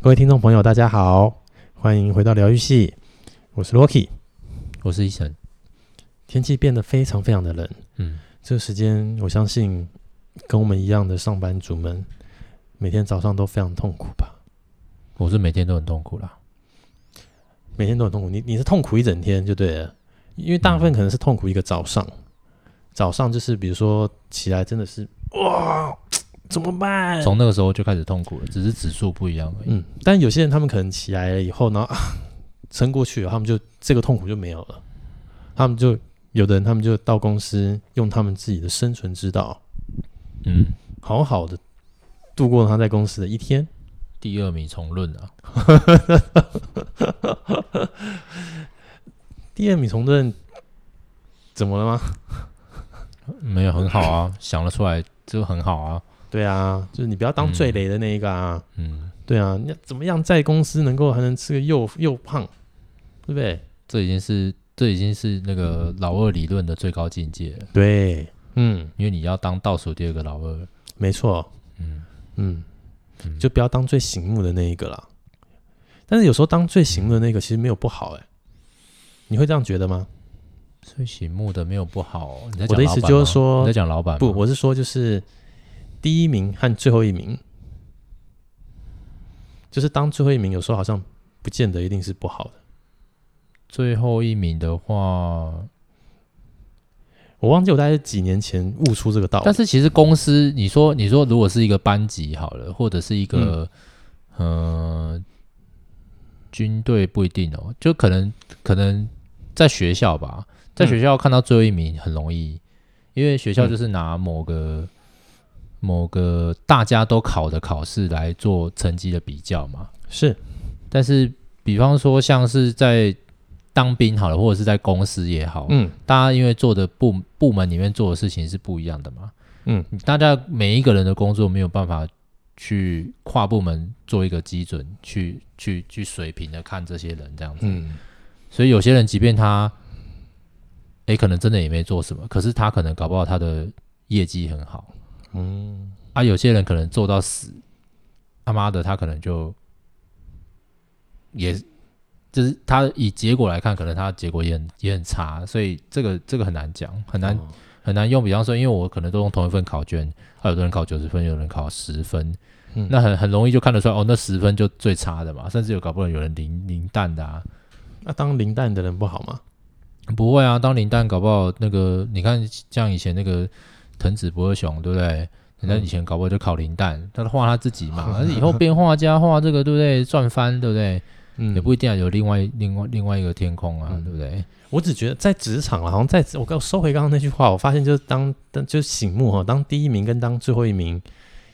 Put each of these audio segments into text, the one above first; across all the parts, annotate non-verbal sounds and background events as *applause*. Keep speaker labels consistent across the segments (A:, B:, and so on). A: 各位听众朋友，大家好，欢迎回到疗愈系，我是 Rocky。
B: 我是医生。
A: 天气变得非常非常的冷，
B: 嗯，
A: 这个时间我相信跟我们一样的上班族们，每天早上都非常痛苦吧？
B: 我是每天都很痛苦啦。
A: 每天都很痛苦，你你是痛苦一整天就对了，因为大部分可能是痛苦一个早上，早上就是比如说起来真的是哇怎么办？
B: 从那个时候就开始痛苦了，只是指数不一样而已。
A: 嗯，但有些人他们可能起来了以后，然 *laughs* 后啊撑过去了，他们就这个痛苦就没有了。他们就有的人，他们就到公司用他们自己的生存之道，
B: 嗯，
A: 好好的度过他在公司的一天。
B: 第二名重论啊，
A: 第二米从论怎么了吗？
B: 没有很
A: *laughs*
B: 好啊，想得出来就很好啊。
A: 对啊，就是你不要当最雷的那一个啊。
B: 嗯，
A: 对啊，你要怎么样在公司能够还能吃个又又胖，对不对？
B: 这已经是这已经是那个老二理论的最高境界了，
A: 对，嗯，
B: 因为你要当倒数第二个老二。
A: 没错，
B: 嗯，
A: 嗯，
B: 嗯
A: 就不要当最醒目的那一个啦。但是有时候当最醒目的那个其实没有不好哎、你会这样觉得吗？
B: 最醒目的没有不好。哦你在
A: 我
B: 讲
A: 的意
B: 老
A: 思
B: 板
A: 就
B: 吗
A: 是说
B: 你在讲老板吗
A: 不，我是说就是第一名和最后一名，就是当最后一名有时候好像不见得一定是不好的。
B: 最后一名的话，
A: 我忘记我大概是几年前悟出这个道理
B: 但，是其实公司，你说你说如果是一个班级好了，或者是一个、呃军队不一定哦，就可能可能在学校吧，在学校看到最后一名很容易，因为学校就是拿某个、某个大家都考的考试来做成绩的比较嘛。
A: 是
B: 但是比方说像是在当兵好了，或者是在公司也好，
A: 嗯
B: 大家因为做的部部门里面做的事情是不一样的嘛，
A: 嗯，
B: 大家每一个人的工作没有办法去跨部门做一个基准，去去去水平的看这些人这样子，
A: 嗯
B: 所以有些人即便他，诶，可能真的也没做什么，可是他可能搞不好他的业绩很好
A: 嗯，
B: 啊，有些人可能做到死，他妈的他可能就也。就是他以结果来看，可能他的结果也很也很差，所以这个这个很难讲，很难
A: 哦
B: 很难用。比方说，因为我可能都用同一份考卷，啊，有的人考九十分，有的人考十分，
A: 嗯
B: 那很很容易就看得出来，哦，那十分就最差的嘛，甚至有搞不好有人零零蛋的啊，
A: 那、当零蛋的人不好吗？
B: 不会啊，当零蛋搞不好那个，你看像以前那个藤子不二雄，对不对？
A: 嗯
B: 人家以前搞不好就考零蛋，他画他自己嘛，
A: *laughs*
B: 而以后变画家画这个，对不对？赚翻，对不对？
A: 嗯
B: 也不一定啊，有另外另外另外一个天空啊，
A: 嗯
B: 对不对？
A: 我只觉得在职场了，好像在我刚收回刚刚那句话，我发现就是当当就是醒目哈，当第一名跟当最后一名，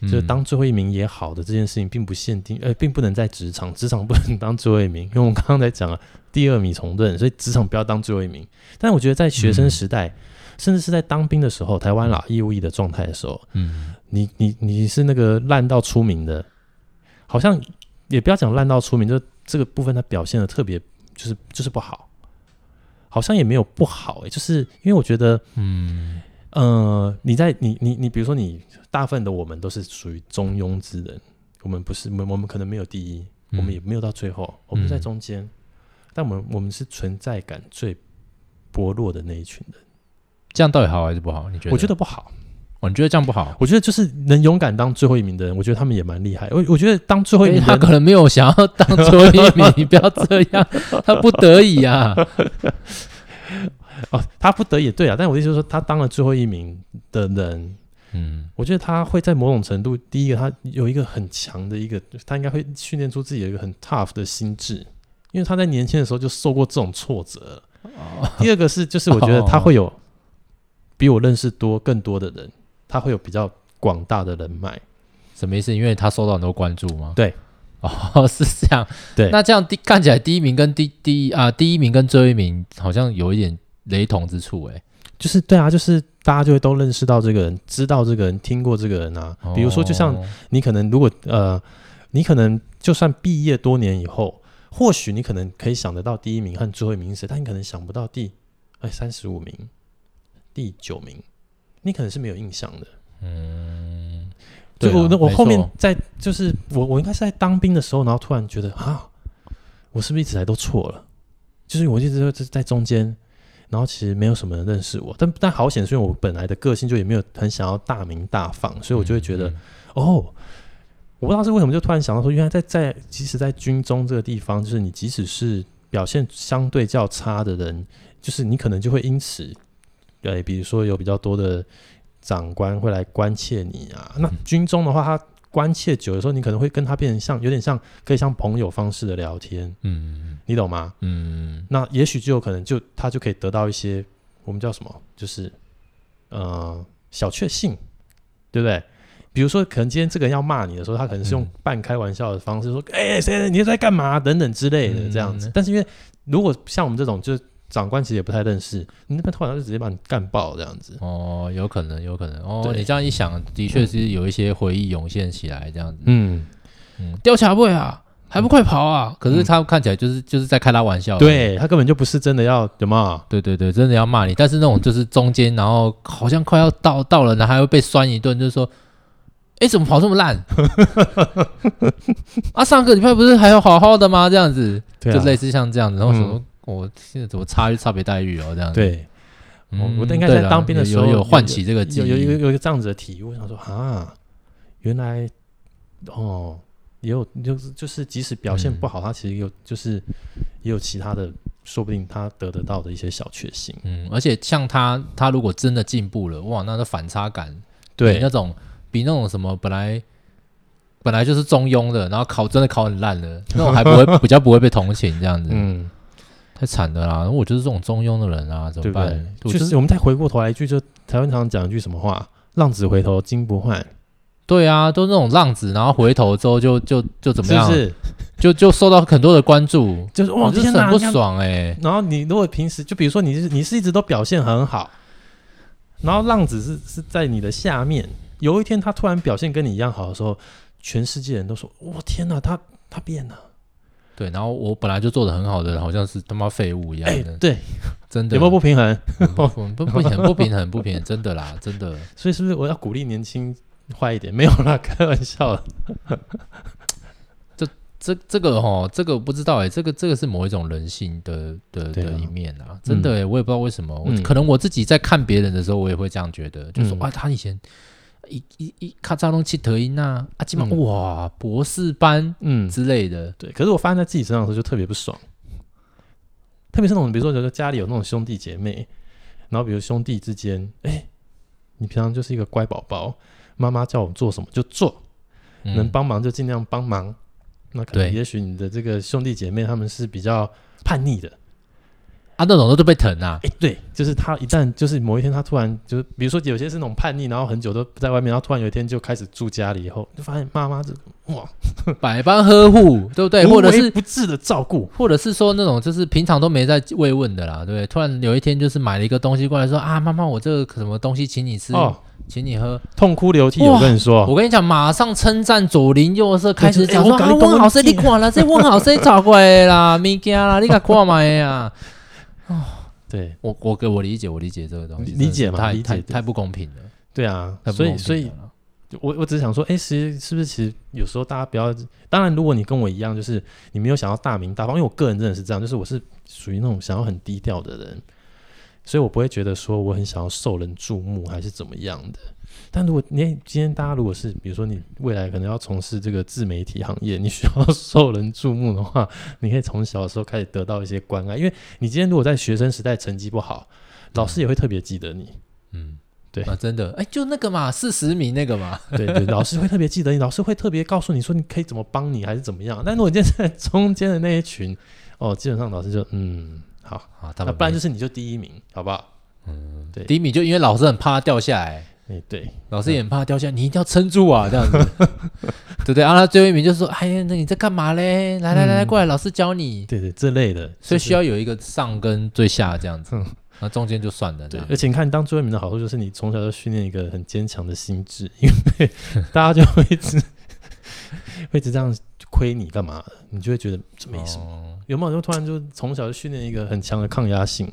A: 就是
B: 嗯
A: 当最后一名也好的这件事情，并不限定，呃，并不能在职场，职场不能当最后一名，因为我们刚刚才讲了第二米从盾，所以职场不要当最后一名。但我觉得在学生
B: 嗯
A: 时代，甚至是在当兵的时候，台湾啦义务役的状态的时候，
B: 嗯
A: 你你你是那个烂到出名的，好像也不要讲烂到出名，就这个部分他表现的特别就是就是不好，好像也没有不好、欸，就是因为我觉得，
B: 嗯
A: 呃，你在你你你，比如说你大部分的我们都是属于中庸之人，我们不是我们我们可能没有第一，
B: 嗯
A: 我们也没有到最后，我们在
B: 嗯
A: 中间，但我们我们是存在感最薄弱的那一群人，
B: 这样到底好还是不好？你觉得？
A: 我觉得不好。
B: 哦，你觉得这样不好？
A: 我觉得就是能勇敢当最后一名的人，我觉得他们也蛮厉害。我我觉得当最后一
B: 因为
A: 名的
B: 嗯哎 *laughs* 他
A: 人
B: 可能没有想要当最后一名，你不要这样，他不得已
A: *laughs*
B: 啊。
A: 哦，他不得也对啊。但我的意思就是说，他当了最后一名的人，
B: 嗯
A: 我觉得他会在某种程度，第一个他有一个很强的一个，他应该会训练出自己有一个很 tough 的心智，因为他在年轻的时候就受过这种挫折了。第二个是，就是我觉得他会有比我认识多更多的人，他会有比较广大的人脉。
B: 什么意思？因为他受到很多关注吗？
A: 对，
B: *laughs* 哦，是这样。
A: 对
B: 那这样第看起来第一名跟第第一啊第一名跟最后一名好像有一点雷同之处哎、
A: 就是对啊，就是大家就会都认识到这个人，知道这个人，听过这个人啊。比如说，就像
B: 哦
A: 你可能如果呃，你可能就算毕业多年以后，或许你可能可以想得到第一名和最后一名是谁，但你可能想不到第哎三十五名、第九名，你可能是没有印象的。
B: 嗯，
A: 就
B: 对啊
A: 我那我
B: 没
A: 后面
B: 错
A: 在就是我我应该是在当兵的时候，然后突然觉得啊，我是不是一直来都错了？就是我一直在在中间，然后其实没有什么人认识我，但但好险，是因为我本来的个性就也没有很想要大名大放，所以我就会觉得、
B: 嗯
A: 哦，我不知道是为什么，就突然想到说，原来在在即使在军中这个地方，就是你即使是表现相对较差的人，就是你可能就会因此，对，比如说有比较多的长官会来关切你啊。那军中的话，他关切久的时候，你可能会跟他变成像有点像可以像朋友方式的聊天，
B: 嗯
A: 你懂吗？
B: 嗯
A: 那也许就有可能就他就可以得到一些我们叫什么，就是呃小确幸，对不对？比如说，可能今天这个人要骂你的时候，他可能是用
B: 嗯
A: 半开玩笑的方式说：“哎、谁、谁你在干嘛？”等等之类的
B: 嗯
A: 这样子。但是因为如果像我们这种，就是长官其实也不太认识，你那边突然就直接把你干爆这样子。
B: 哦，有可能，有可能哦。
A: 对
B: 你这样一想，的确是有一些回忆涌现起来，这样子。
A: 嗯，
B: 嗯，掉卡位啊，还不快跑啊！可是他看起来就是就是在开他玩笑。
A: 对他根本就不是真的要有嘛，
B: 对对对，真的要骂你，但是那种就是中间，然后好像快要到到了，然后还会被酸一顿，就是说，哎，怎么跑这么烂？ *laughs* 啊，上个礼拜不是还有好好的吗？这样子，
A: 对啊
B: 就类似像这样子，然后什么
A: 嗯，
B: 我现在怎么差差别待遇哦，这样子。
A: 对，
B: 嗯，
A: 我我应该在
B: 对啦
A: 当兵的时候
B: 有有有唤起这个记
A: 有
B: 忆，
A: 有一个有一个这样子的体悟，我想说啊，原来哦，也有就是就是即使表现不好，他其实有就是也有其他的，说不定他得得到的一些小确幸。
B: 嗯，而且像他，他如果真的进步了，哇，那个反差感，比那
A: 对
B: 种比那种什么本来本来就是中庸的，然后考真的考很
A: *laughs*
B: 烂的，那种还不会比较不会被同情这样子，
A: 嗯，
B: 太惨的啦！我就是这种中庸的人啊，怎
A: 对
B: 么
A: 不
B: 办？
A: 对？
B: 我
A: 就
B: 就是
A: 我们再回过头来一句，就台湾常常讲一句什么话：“浪子回头金不换
B: 对啊，都那种浪子，然后回头之后就就就”，怎么
A: 是
B: 样，啊
A: 不是？
B: 就就受到很多的关注，
A: 就是哇，
B: 我就
A: 天
B: 是
A: 哪！
B: 很不
A: 你看
B: 爽哎、
A: 然后你如果平时就比如说你是你是一直都表现很好，然后浪子是是在你的下面，有一天他突然表现跟你一样好的时候，全世界人都说：“我天哪，他他变了。
B: 对，然后我本来就做的很好的，好像是他妈废物一样
A: 哎
B: 的，”
A: 对，
B: 真的
A: 有没有不平衡？ *laughs*
B: 不不不平衡不平衡不平衡，真的啦，真的。
A: 所以是不是我要鼓励年轻坏一点？没有啦，开玩笑的。
B: 这这个哈，这个我不知道哎、这个这个是某一种人性的的
A: 对啊
B: 的一面啊，真的哎、我也不知道为什么，我
A: 嗯
B: 可能我自己在看别人的时候，我也会这样觉得，就说
A: 嗯
B: 啊，他以前一一一咔嚓弄气头音呐，啊，基本
A: 嗯
B: 哇博士班
A: *laughs* 嗯，
B: 之类的，
A: 对。可是我发现在自己身上的时候就特别不爽，特别是那种比如说，有时候家里有那种兄弟姐妹，然后比如兄弟之间，哎、你平常就是一个乖宝宝，妈妈叫我做什么就做，
B: 嗯
A: 能帮忙就尽量帮忙。那可能
B: 对
A: 也许你的这个兄弟姐妹他们是比较叛逆的，
B: 啊那种都是被疼
A: *laughs*
B: 啊，
A: 哎、对，就是他一旦就是某一天他突然就是，比如说有些是那种叛逆，然后很久都不在外面，然后突然有一天就开始住家里以后，就发现妈妈这哇，
B: 百般呵护，对不对？
A: 无
B: 或者
A: 微
B: 是
A: 不至的照顾，
B: 或者是说那种就是平常都没在慰问的啦，对不对？突然有一天就是买了一个东西过来说啊，妈妈，我这个什么东西请你吃，
A: 哦，
B: 请你喝，
A: 痛哭流涕。我
B: 哇哦
A: 跟你说，
B: 我跟你讲，马上称赞左邻右舍，开始讲
A: 对
B: 说、
A: 就是哎
B: 啊，
A: 我跟你
B: 问好谁
A: 讲
B: 你看 *laughs* 了，这问好谁找过来啦，物件啦，你给看啊买呀。
A: 对
B: 我我给我理解，我理解这个东西，
A: 理解嘛
B: 真的是
A: 理解
B: 太太
A: 对
B: 太不公平了，
A: 对啊
B: 太，不
A: 所以
B: 公平了
A: 所以我我只是想说，哎、其实是不是其实有时候大家不要，当然如果你跟我一样，就是你没有想要大名大放，因为我个人真的是这样，就是我是属于那种想要很低调的人，所以我不会觉得说我很想要受人注目还是怎么样的。但如果你今天大家如果是比如说你未来可能要从事这个自媒体行业，你需要 *laughs* 受人注目的话，你可以从小的时候开始得到一些关爱，因为你今天如果在学生时代成绩不好，老师也会特别记得你。
B: 嗯，
A: 对
B: 啊，真的，哎，就那个嘛，四十米那个嘛， *laughs*
A: 对对，老师会特别记得你，老师会特别告诉你说你可以怎么帮你，还是怎么样。但如果你现在在中间的那一群，哦，基本上老师就嗯好，
B: 啊，他
A: 那
B: 们
A: 不然就是你就第一名，好不好？对
B: 第一米，就因为老师很怕他掉下来，
A: 哎、对，
B: 老师也很怕他掉下来，你一定要撑住啊，这 *laughs* 样子，对不对？啊，他最后一名就说，哎呀，那你在干嘛嘞？来来来来，
A: 嗯
B: 过来，老师教你。
A: 对对这类的，
B: 所
A: 就
B: 以
A: 是
B: 需要有一个上跟最下这样子
A: 嗯，
B: 那中间就算了。
A: 对
B: 这样。，
A: 而且你看，当最后一名的好处就是你从小就训练一个很坚强的心智，因为 *laughs* 大家就会一直会一直这样亏你干嘛的，你就会觉得这没什么。
B: 么，
A: 有没有就突然就从小就训练一个很强的抗压性？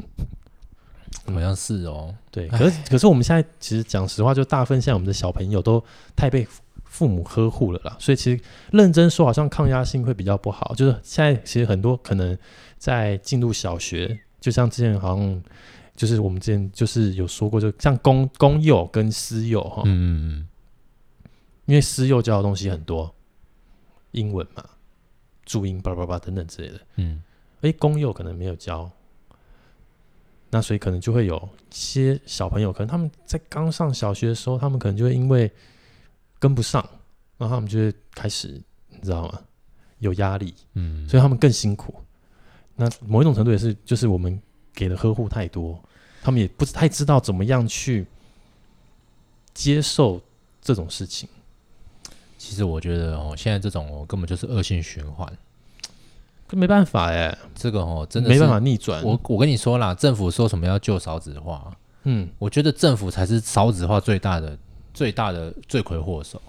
B: 好像是哦。
A: 对，
B: *laughs* 唉
A: 可是可是我们现在其实讲实话，就大部分现在我们的小朋友都太被父母呵护了啦，所以其实认真说，好像抗压性会比较不好。就是现在其实很多可能在进入小学，就像之前好像就是我们之前就是有说过，就像公公幼跟私幼哈，
B: 嗯嗯
A: 因为私幼教的东西很多，英文嘛、注音叭叭叭等等之类的，
B: 嗯
A: 诶，公幼可能没有教，那所以可能就会有些小朋友，可能他们在刚上小学的时候，他们可能就会因为跟不上，然后他们就会开始，你知道吗？有压力，
B: 嗯
A: 所以他们更辛苦。那某一种程度也是，就是我们给的呵护太多，他们也不太知道怎么样去接受这种事情。
B: 嗯，其实我觉得哦，现在这种哦根本就是恶性循环，
A: 可没办法哎、
B: 这个哦真的
A: 没办
B: 是
A: 法逆转。
B: 我我跟你说啦，政府说什么要救少子化，
A: 嗯，
B: 我觉得政府才是少子化最大的、最大的罪魁祸首。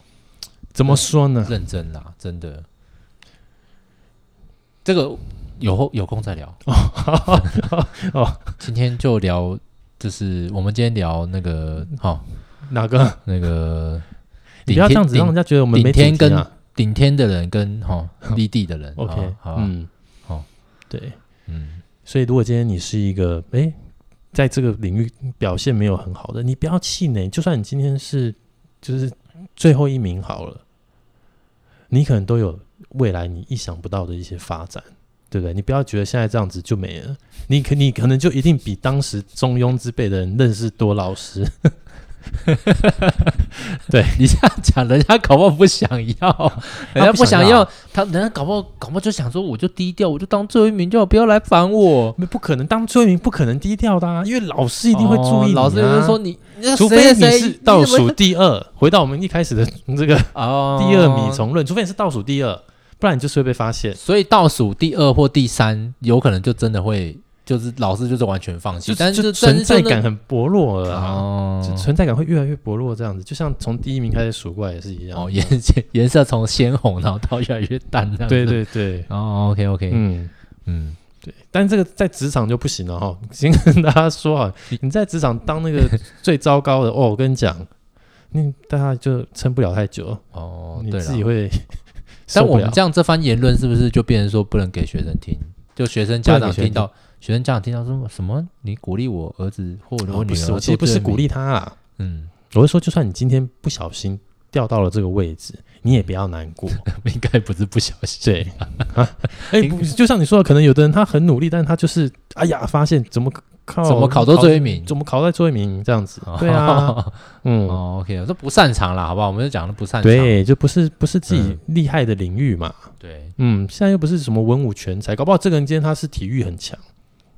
A: 怎么说呢？
B: 认真啦，真的，这个有后有空再聊。
A: *laughs* 哦，
B: *laughs* 今天就聊，就是我们今天聊那个，好、
A: 哪个？
B: 那个
A: 你
B: 顶天
A: 不要这样子，让人家觉得我们没
B: 顶天
A: 主题啊
B: 跟顶天的人跟哈立地的人
A: OK，、
B: 啊好啊
A: 嗯，
B: 好，
A: 对， *laughs*
B: 嗯
A: 所以如果今天你是一个诶，在这个领域表现没有很好的，你不要气馁，就算你今天是就是最后一名好了，你可能都有未来你意想不到的一些发展，对不对？你不要觉得现在这样子就没了，你可你可能就一定比当时中庸之辈的人认识多老师， *laughs*
B: 你这样讲，人家搞不好不想要，人家不想要，他人家搞不好搞不好就想说，我就低调，我就当最后一名就好，不要来烦我。
A: 不可能当最后一名不可能低调的、啊，因为老师一定会注意、啊
B: 哦老师也会说，你，那
A: 除
B: 谁
A: 非你
B: 谁
A: 是
B: 怎么
A: 倒数第二， *laughs* 回到我们一开始的这个
B: 哦，
A: 第二米虫论，除非你是倒数第二，不然你就是会被发现。
B: 所以倒数第二或第三，有可能就真的会，就是老师就是完全放弃，
A: 就
B: 但是
A: 就
B: 但
A: 存
B: 是
A: 在
B: 真的
A: 感很薄弱了啊、就
B: 哦
A: 存在感会越来越薄弱，这样子，就像从第一名开始数过来也是一样。
B: 哦，颜色颜色从鲜红然后到越来越淡这样子。
A: 对对对，
B: 哦，OK OK，嗯
A: 嗯，
B: 嗯，
A: 但这个在职场就不行了哈。先跟大家说啊，你在职场当那个最糟糕的哦，我跟你讲，你大家就撑不了太久，
B: 哦
A: 你
B: 对
A: 自己
B: 了，
A: 会 *laughs*
B: 但
A: 受不
B: 我
A: 了
B: 们。这样这番言论是不是就变成说不能给学生听？就学生家
A: 不能
B: 长
A: 给学生
B: 听到，学生家长听到说什么？你鼓励我儿子或者我
A: 哦
B: 女
A: 不是，
B: 儿？
A: 我其实不是鼓，励他啊。
B: 嗯，
A: 我是说，就算你今天不小心掉到了这个位置，你也不要难
B: *laughs*
A: 过。
B: *laughs* 应该不是不小心。
A: 对啊，哎、
B: *laughs*
A: 不就像你说的，可能有的人他很努力，但他就是哎呀，发现怎么考
B: 怎么考都最后一名
A: 怎么考在最后一名这样子。对啊，嗯，
B: *laughs* 哦，OK，这不擅长啦，好不好？我们就讲的不擅长。
A: 对，就不是不是自
B: 嗯
A: 己厉害的领域嘛。
B: 对，
A: 嗯，现在又不是什么文武全才，搞不好这个人今天他是体育很强，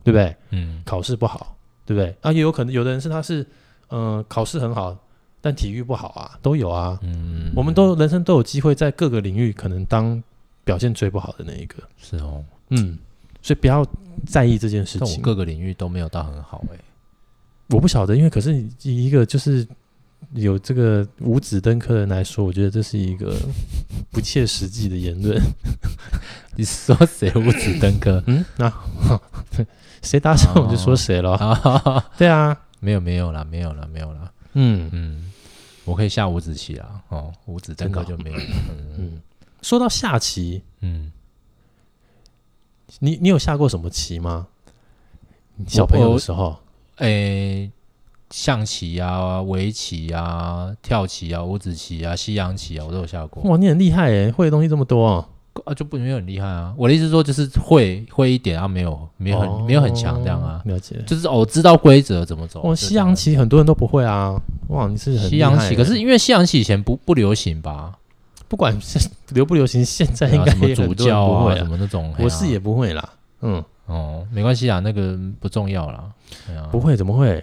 A: 对不对？
B: 嗯，
A: 考试不好，对不对？啊，也有可能有的人是他是嗯、呃考试很好，但体育不好啊，都有啊。
B: 嗯
A: 我们都人生都有机会在各个领域可能当表现最不好的那一个，
B: 是哦，
A: 嗯，所以不要在意这件事
B: 但我
A: 情。
B: 各个领域都没有到很好哎、
A: 我不晓得，因为可是以一个就是有这个五子登科的人来说，我觉得这是一
B: *laughs*
A: 个不切实际的言论。
B: 你是说谁五子登科 *laughs*
A: 嗯，那、 *laughs* 谁搭上我就说谁了。
B: 啊？
A: 对啊，
B: 没有没有啦，没有啦，没有啦。
A: 嗯
B: 嗯，我可以下五子棋啦。哦，五子登科
A: 真
B: 就没有了。嗯
A: 嗯。说到下棋，
B: 嗯，
A: 你你有下过什么棋吗？小朋友的时候，
B: 诶、哎象棋啊，围棋啊，跳棋啊，五子棋啊，西洋棋啊，我都有下过。
A: 哇，你很厉害诶，会的东西这么多、哦。
B: 啊，就不没有很厉害啊。我的意思是说，就是会会一点啊，没有没有很、没有很强这样啊
A: 哦。了解。
B: 就是哦，我知道规则怎么走。
A: 哦，
B: 就
A: 西
B: 这样
A: 洋棋很多人都不会啊。哇，你是很
B: 西
A: 厉害
B: 洋
A: 欸
B: 棋，可是因为西洋棋以前不不流行 *laughs* 吧？
A: 不管是流不流行，现在
B: 对
A: 应
B: 啊
A: 该
B: 什么
A: 也很
B: 主
A: 多人
B: 教
A: 不会
B: 什么那种，
A: 我是
B: 嘿啊
A: 也不会啦。嗯，
B: 哦，没关系啊，那个不重要啦。哎呀
A: 不，会，怎么会？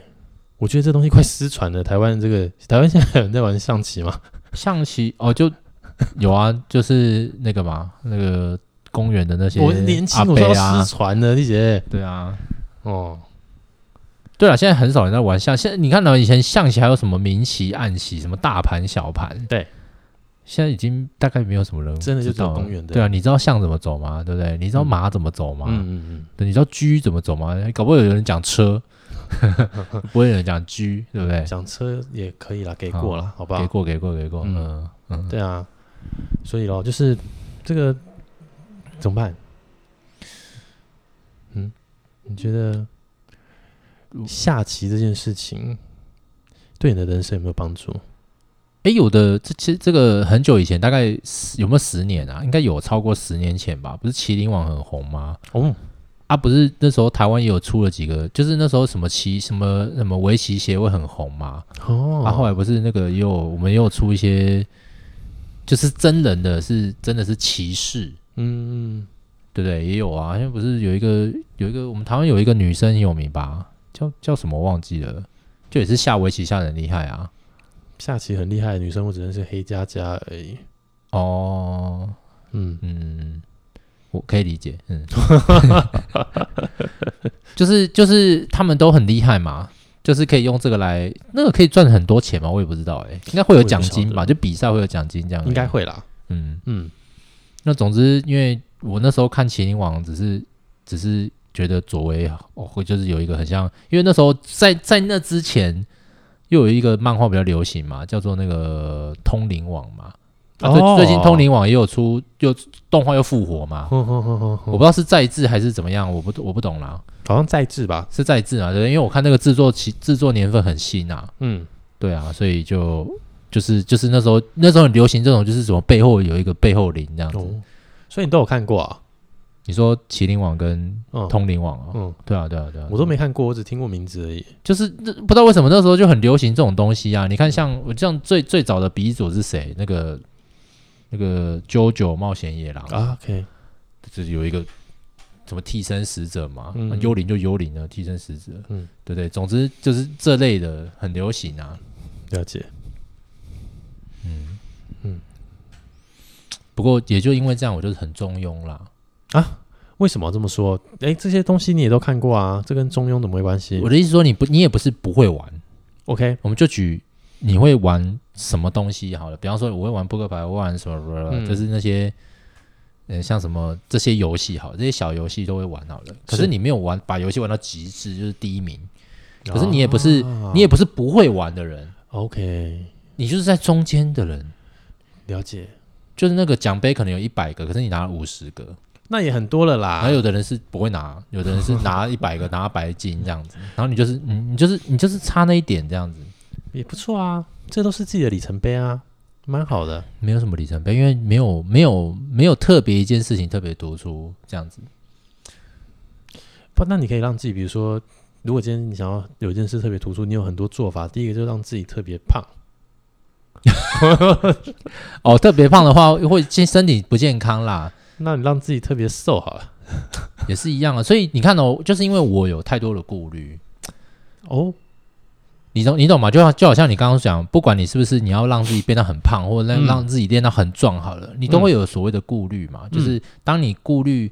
A: 我觉得这东西快失传了。台湾这个，台湾现在还有人在玩象棋吗？
B: 象棋哦，就有啊，就是那个嘛，那个公园的那些
A: 我年轻
B: 阿，
A: 我都
B: 伯
A: 要
B: 啊
A: 失，传了，丽姐。
B: 对啊，
A: 哦，
B: 对啊，现在很少人在玩象，现在你看到以前象棋还有什么明棋、暗棋，什么大盘、小盘，
A: 对。
B: 现在已经大概没有什么人
A: 真的就
B: 知道
A: 走
B: 了
A: 公园的
B: 对啊，你知道象怎么走吗？对不对？你知道
A: 嗯
B: 马怎么走吗？
A: 嗯嗯嗯， *laughs*
B: 对，你知道车怎么走吗？搞不好有人讲车，不会有人讲 G，对不对？哦
A: 讲车也可以啦，给过啦，好不
B: 给
A: 好？
B: 过，给过，给过。
A: 嗯
B: 嗯嗯，
A: 对啊，所以咯，就是这个怎么办？嗯，你觉得下棋这件事情对你的人生有没有帮助？
B: 诶，有的，这其实这个很久以前，大概十有没有十年啊？应该有超过十年前吧？不是麒麟网很红吗？
A: 哦，
B: 啊，不是那时候台湾也有出了几个，就是那时候什么棋什么什么围棋协会很红嘛。
A: 哦，
B: 啊，后来不是那个也有我们也有出一些，就是真人的是真的是骑士，
A: 嗯，
B: 对不对？也有啊，因为不是有一个有一个我们台湾有一个女生很有名吧，叫叫什么忘记了，就也是下围棋下的很厉害啊。
A: 下棋很厉害的女生，我只认识黑佳佳而已。
B: 哦，
A: 嗯，
B: 嗯，我可以理解，
A: *laughs*
B: 嗯，就是就是他们都很厉害嘛，就是可以用这个来，那个可以赚很多钱嘛，我也不知道哎、应该会有奖金吧，
A: 我也不晓
B: 就比赛会有奖金这样，
A: 应该，会啦。
B: 嗯，
A: 嗯，
B: 那总之因为我那时候看麒麟王只是只是觉得佐为哦，会就是有一个很像，因为那时候在在那之前。又有一个漫画比较流行嘛，叫做那个《通灵王》嘛。啊，最、
A: 哦
B: 最近《通灵王》也有出，又动画又复活嘛。
A: 哼哼哼哼
B: 我
A: 哼，
B: 不知道是再制还是怎么样，我不我不懂啦，
A: 好像在制吧？
B: 是再制啊，对，因为我看那个制作期制作年份很新啊，
A: 嗯，
B: 对啊，所以就就是就是那时候那时候很流行这种，就是什么背后有一个背后灵这样子。
A: 哦，所以你都有看过啊？
B: 你说麒麟网跟
A: 嗯，
B: 通灵网啊、
A: 嗯，
B: 对啊对啊对啊，
A: 我都没看过，我只听过名字而已。
B: 就是那不知道为什么那时候就很流行这种东西啊。你看像我像最最早的鼻祖是谁？那个那个《JoJo 冒险野狼》
A: 啊，OK，
B: 就是有一个什么替身使者嘛，
A: 嗯
B: 啊幽灵就幽灵了，替身使者，
A: 嗯
B: 对不对？总之就是这类的很流行啊。
A: 了解。
B: 不过也就因为这样，我就是很中庸啦。
A: 为什么要这么说？哎，这些东西你也都看过啊，这跟中庸怎么没关系
B: 我的意思说，你不，你也不是不会玩，
A: ？OK，
B: 我们就举你会玩什么东西好了。比方说，我会玩扑克牌，我会玩什么，
A: 嗯
B: 就是那些。呃，像什么这些游戏好了，这些小游戏都会玩好了。可
A: 是
B: 是你没有玩，把游戏玩到极致，就是第一名。可是你也不是，你也
A: 也
B: 不是不会玩的人，
A: 啊 OK，
B: 你就是在中间的人。
A: 了解。
B: 就是那个奖杯可能有一百个，可是你拿了五十个，
A: 那也很多了啦
B: 然后。有的人是不会拿，有的人是拿一百个拿白金这样子，然后你就是你你就是你就是差那一点这样子，
A: 也不错啊，这都是自己的里程碑啊，蛮好的。
B: 没有什么里程碑，因为没有没有没有特别一件事情特别突出这样子，
A: 不，那你可以让自己，比如说，如果今天你想要有一件事特别突出，你有很多做法。第一个就是让自己特别胖，
B: 哦，特别胖的话会健身体不健康啦，
A: 那你让自己特别瘦好了。
B: 也是一样啊，所以你看哦，就是因为我有太多的顾虑，
A: 哦，
B: 你懂你懂吗？就好就好像你刚刚讲，不管你是不是你要让自己变得很胖，或者让
A: 嗯
B: 让自己练到很壮好了，你都会有所谓的顾虑嘛。
A: 嗯
B: 就是当你顾虑，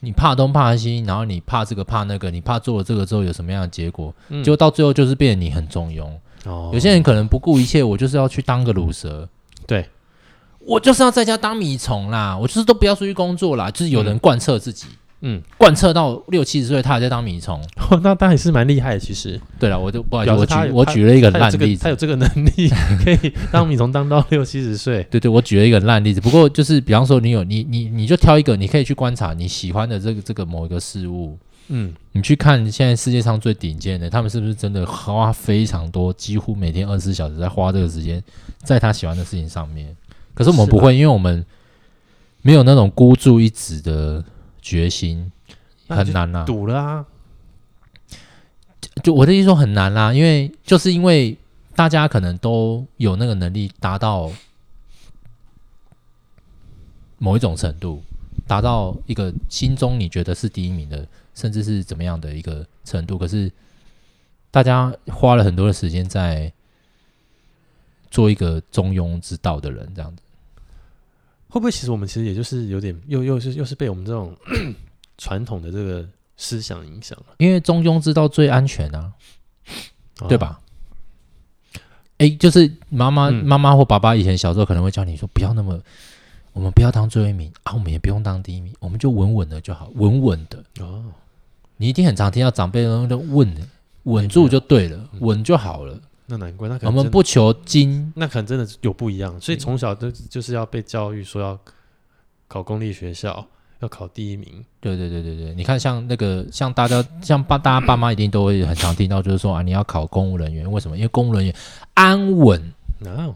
B: 你怕东怕西，然后你怕这个怕那个，你怕做了这个之后有什么样的结果，
A: 嗯
B: 就到最后就是变得你很中庸。
A: 哦 *laughs*
B: 有些人可能不顾一切，我就是要去当个卤蛇，
A: 对，
B: 我就是要在家当米虫啦，我就是都不要出去工作啦。就是有人贯彻自己，
A: 嗯，
B: 贯彻到六七十岁他还在当米虫。
A: 哦那当然是蛮厉害的，其实。
B: 对了，我就不好意思，
A: 表
B: 我
A: 示他
B: 举
A: 有
B: 我举了一个
A: 他有
B: 烂
A: 这
B: 例
A: 个，
B: 子，
A: 他有这个能力， *laughs* 可以当米虫当到六七十岁。
B: 对对，我举了一个烂例子，不过就是比方说你有你你你就挑一个，你可以去观察你喜欢的这个这个某一个事物，
A: 嗯，
B: 你去看现在世界上最顶尖的，他们是不是真的花非常多，几乎每天二十四小时在花这个时间在他喜欢的事情上面？可是我们
A: 是啊
B: 不
A: 的
B: 会，因为我们没有那种孤注一掷的决心，
A: 那你
B: 很
A: 就
B: 难呐、
A: 赌了啊，
B: 就我的意思说很难啦、因为就是因为大家可能都有那个能力达到某一种程度，达到一个心中你觉得是第一名的，甚至是怎么样的一个程度，可是大家花了很多的时间在做一个中庸之道的人，这样子。
A: 会不会其实我们其实也就是有点又又是又是被我们这种 *clears throat* 传统的这个思想影响了，
B: 因为中庸之道最安全啊，
A: 啊
B: 对？吧？哎、就是妈妈、
A: 嗯
B: 妈妈或爸爸以前小时候可能会教你说，不要那么，我们不要当最后一名啊，我们也不用当第一名，我们就稳稳的就好，稳稳的。
A: 哦，
B: 你一定很常听到长辈都问的，稳住就对了，稳就好了。
A: 那难怪，那可
B: 我
A: 能真
B: 们
A: 的
B: 不求精，
A: 那可能真的有不一样，所以从小都就是要被教育说要考公立学校，要考第一名。
B: 对对对对对，你看像那个像大家像爸大家爸妈一定都会很常听到，就是说啊你要考公务人员，为什么？因为公务人员安稳。
A: 哪有？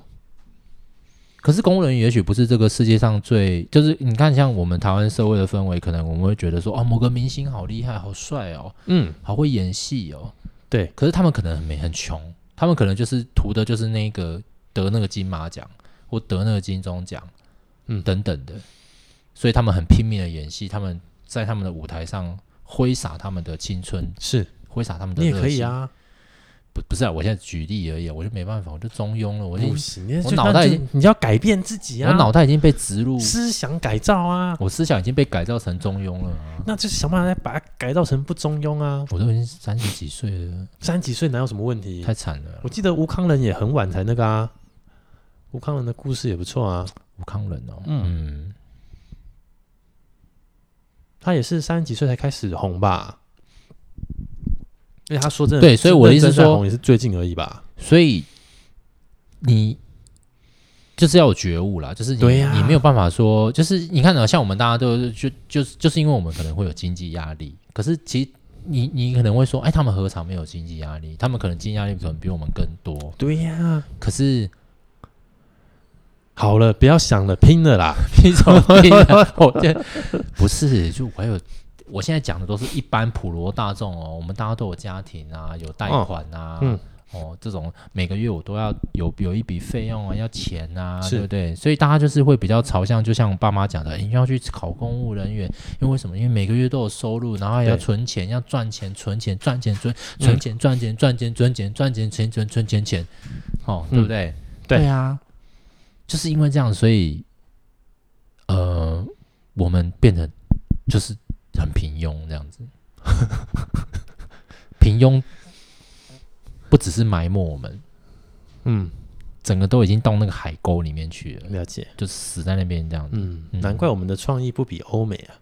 B: 可是公务人员也许不是这个世界上最，就是你看像我们台湾社会的氛围，可能我们会觉得说哦某个明星好厉害，好帅哦，
A: 嗯，
B: 好会演戏哦。
A: 对，
B: 可是他们可能很没很穷，他们可能就是图的就是那个得那个金马奖或得那个金钟奖，
A: 嗯
B: 等等的，所以他们很拼命的演戏，他们在他们的舞台上挥洒他们的青春，
A: 是
B: 挥洒他们的。
A: 你也可以，啊，
B: 不不是啊，我现在举例而已啊，我就没办法，我就中庸了，我就
A: 不行，你
B: 我
A: 就
B: 脑
A: 那
B: 袋已
A: 就你要改变自己啊，
B: 我脑袋已经被植入，
A: 思想改造啊，
B: *laughs* 我思想已经被改造成中庸了啊、
A: 那就是想办法把它改造成不中庸啊。
B: 我都已经三十几岁了，
A: 三十几岁哪有什么问题
B: 太？惨了啊。
A: 我记得吴康仁也很晚才那个啊，吴康仁的故事也不错啊，
B: 吴康人哦，
A: 嗯
B: 嗯
A: 他也是三十几岁才开始红吧。因为他说真的，
B: 对所以我的意思
A: 认真在
B: 说
A: 红也是最近而已吧。
B: 所以你就是要有觉悟啦，就是你、
A: 对呀
B: 你没有办法说，就是你看啊到像我们大家都就就是就是因为我们可能会有经济压力，可是其实你你可能会说，哎，他们何尝没有经济压力？他们可能经济压力可能比我们更多，
A: 对呀、
B: 可是
A: 好了，不要想了，拼了啦！
B: 你怎么拼啊我这
A: *laughs*
B: 不是，就我还有。我现在讲的都是一般普罗大众哦，我们大家都有家庭啊，有贷款啊，
A: 嗯
B: 哦，这种每个月我都要有有一笔费用啊，要钱啊，
A: 是
B: 对不对？所以大家就是会比较朝向，就像我爸妈讲的，诶你要去考公务人员，因为为什么？因为每个月都有收入，然后还要
A: 对
B: 存钱，要赚钱，存钱，赚钱，存
A: 嗯
B: 存钱，赚钱，赚钱，存钱，赚钱，存钱，存钱，钱，哦，对不对？
A: 对
B: 啊，就是因为这样，所以呃，我们变得就是很平庸这样子， *laughs* 平庸不只是埋没我们，
A: 嗯，
B: 整个都已经到那个海沟里面去了，
A: 了解。
B: 就死在那边这样子。
A: 嗯，
B: 嗯
A: 难怪我们的创意不比欧美啊。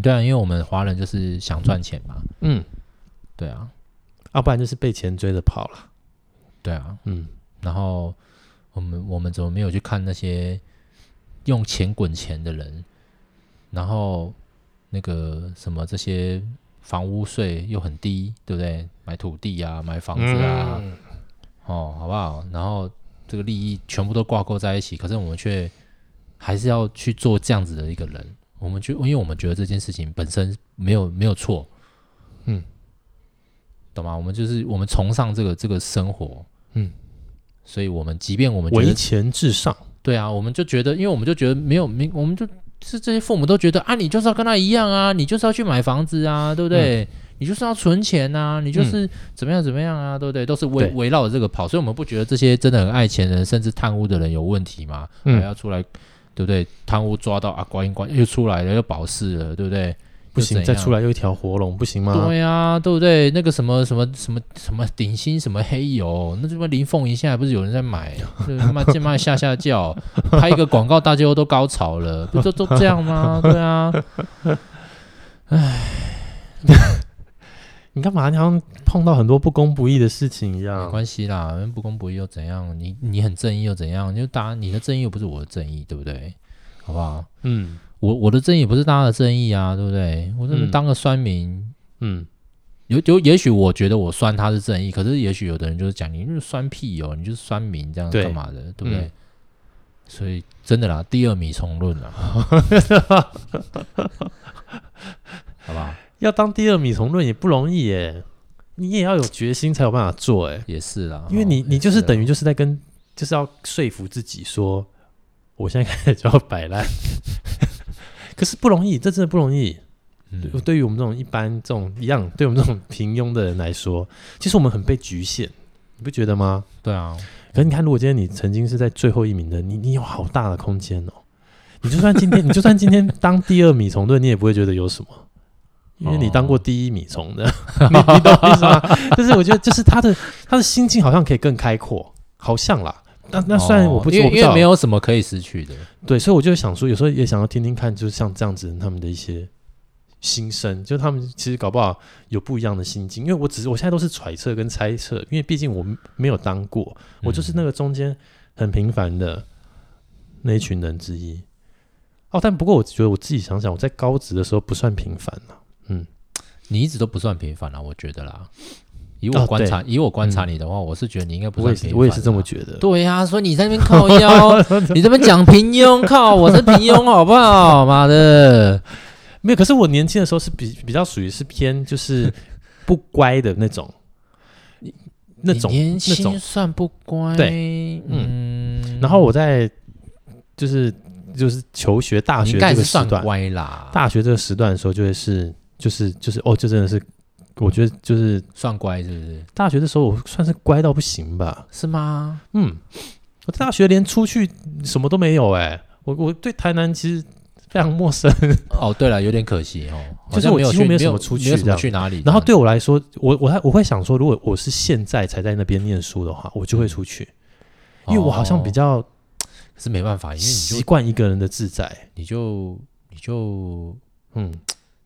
B: 对啊，因为我们华人就是想赚钱嘛，
A: 嗯，
B: 对啊，
A: 要、不然就是被钱追着跑了。
B: 对啊，
A: 嗯，
B: 然后我们我们怎么没有去看那些用钱滚钱的人？然后那个什么这些房屋税又很低，对不对？买土地啊，买房子啊，
A: 嗯
B: 哦，好不好？然后这个利益全部都挂钩在一起，可是我们却还是要去做这样子的一个人。我们就因为我们觉得这件事情本身没有没有错，
A: 嗯，
B: 懂吗？我们就是我们崇尚这个这个生活，
A: 嗯，
B: 所以我们即便我们觉
A: 为
B: 得
A: 钱至上。
B: 对啊，我们就觉得，因为我们就觉得没有没，我们就是这些父母都觉得啊，你就是要跟他一样啊，你就是要去买房子啊，对不对？
A: 嗯
B: 你就是要存钱啊，你就是怎么样怎么样啊，对不对？都是围
A: 对
B: 围绕着这个跑，所以我们不觉得这些真的很爱钱的人，甚至贪污的人有问题嘛？还
A: 嗯，
B: 要出来，对不对？贪污抓到啊，关一关又出来了，又保释了，对不对？
A: 不行，再出
B: 来。
A: 来又一条活龙，不行吗？
B: 对啊，对不对？那个什么什么什么什么顶新什么黑油，那他妈林凤营现在不是有人
A: *laughs*
B: 在买？就他妈贱卖下下叫，拍一个广告，大家都高潮了，不都都这样
A: *laughs*
B: 吗？对啊，
A: 你干嘛？你好像碰到很多不公不义的事情一
B: 没
A: 样。
B: 关系啦，不公不义又怎样？你你很正义又怎样？就大家你的正义又不是我的正义，对不对？好不好？
A: 嗯
B: 我我的正义也不是大家的正义啊，对不对？我这么
A: 嗯
B: 当个酸民。
A: 嗯，
B: 有有，也许我觉得我酸他是正义，可是也许有的人就是讲你就是酸屁哦，你就是酸民这样
A: 对
B: 干嘛的，对不对？
A: 嗯
B: 所以真的啦，第二米重论啊
A: *laughs*
B: 啦，好吧，
A: 要当第二米虫论也不容易耶，你也要有决心才有办法做哎。
B: 也是啦，
A: 因为你
B: 哦
A: 你就是等于
B: 也
A: 就是在跟就是要说服自己说，我现在开始就要摆烂， *laughs* 可是不容易，这真的不容易。
B: 是啦
A: 对于我们这种一般这种一样，对我们这种平庸的人来说，其实我们很被局限，你不觉得吗？
B: 嗯对啊，
A: 可是你看，如果今天你曾经是在最后一名的，你你有好大的空间哦。你就算今天，你就算今天当第二米虫队，你也不会觉得有什么，因为你当过第一米虫的， *laughs* 你 *laughs* 你懂我意思吗？就是我觉得，就是他的他的心境好像可以更开阔，好像啦。那那虽然我不
B: 哦
A: 知
B: 因
A: 我
B: 为
A: 不知
B: 因为
A: 道
B: 没有什么可以失去的，
A: 对，所以我就想说，有时候也想要听听看，就是像这样子他们的一些心声，就他们其实搞不好有不一样的心境。因为我只是我现在都是揣测跟猜测，因为毕竟我没有当过，我
B: 嗯
A: 就是那个中间很平凡的那一群人之一。哦，但不过我觉得我自己想想，我在高职的时候不算平凡了、嗯，
B: 你一直都不算平凡啦，啊我觉得啦。以
A: 哦
B: 我观察，以我观察
A: 嗯
B: 你的话，我是觉得你应该不
A: 我
B: 算
A: 也
B: 平
A: 是
B: 凡。啊
A: 我也是这么。觉得。
B: 对呀、所以你在那边靠腰， *laughs* 你这边讲平庸，靠，我是平庸，好不好？妈的，
A: 没有，可是我年轻的时候是比比较属于是偏就是
B: *laughs*
A: 不乖的那种，那种
B: 你年
A: 那种
B: 轻算不乖，
A: 对
B: 嗯
A: 然后我在就是就是求学大
B: 你
A: 学
B: 应该
A: 这
B: 是
A: 个时
B: 算
A: 段，
B: 乖啦，
A: 大学这个时段的时候就会是就是就是哦，就真的是我觉得就是
B: 算乖是不是？
A: 大学的时候我算是乖到不行吧，
B: 是吗？
A: 嗯，我在大学连出去什么都没有哎、我我对台南其实非常陌生，
B: 哦，对了，有点可惜哦，
A: 就是
B: 好
A: 我
B: 像没有
A: 几乎
B: 去，
A: 没有
B: 没
A: 什
B: 有
A: 么出去
B: 没有什
A: 这
B: 么
A: 样
B: 去哪里。
A: 然后对我来说，我我还我会想说，如果我是现在才在那边念书的话，我就会出去，
B: 这
A: 因
B: 样，
A: 为我好像比较
B: 哦是没办法，因为
A: 习
B: 你就
A: 惯一个人的自在，
B: 你就你就
A: 嗯，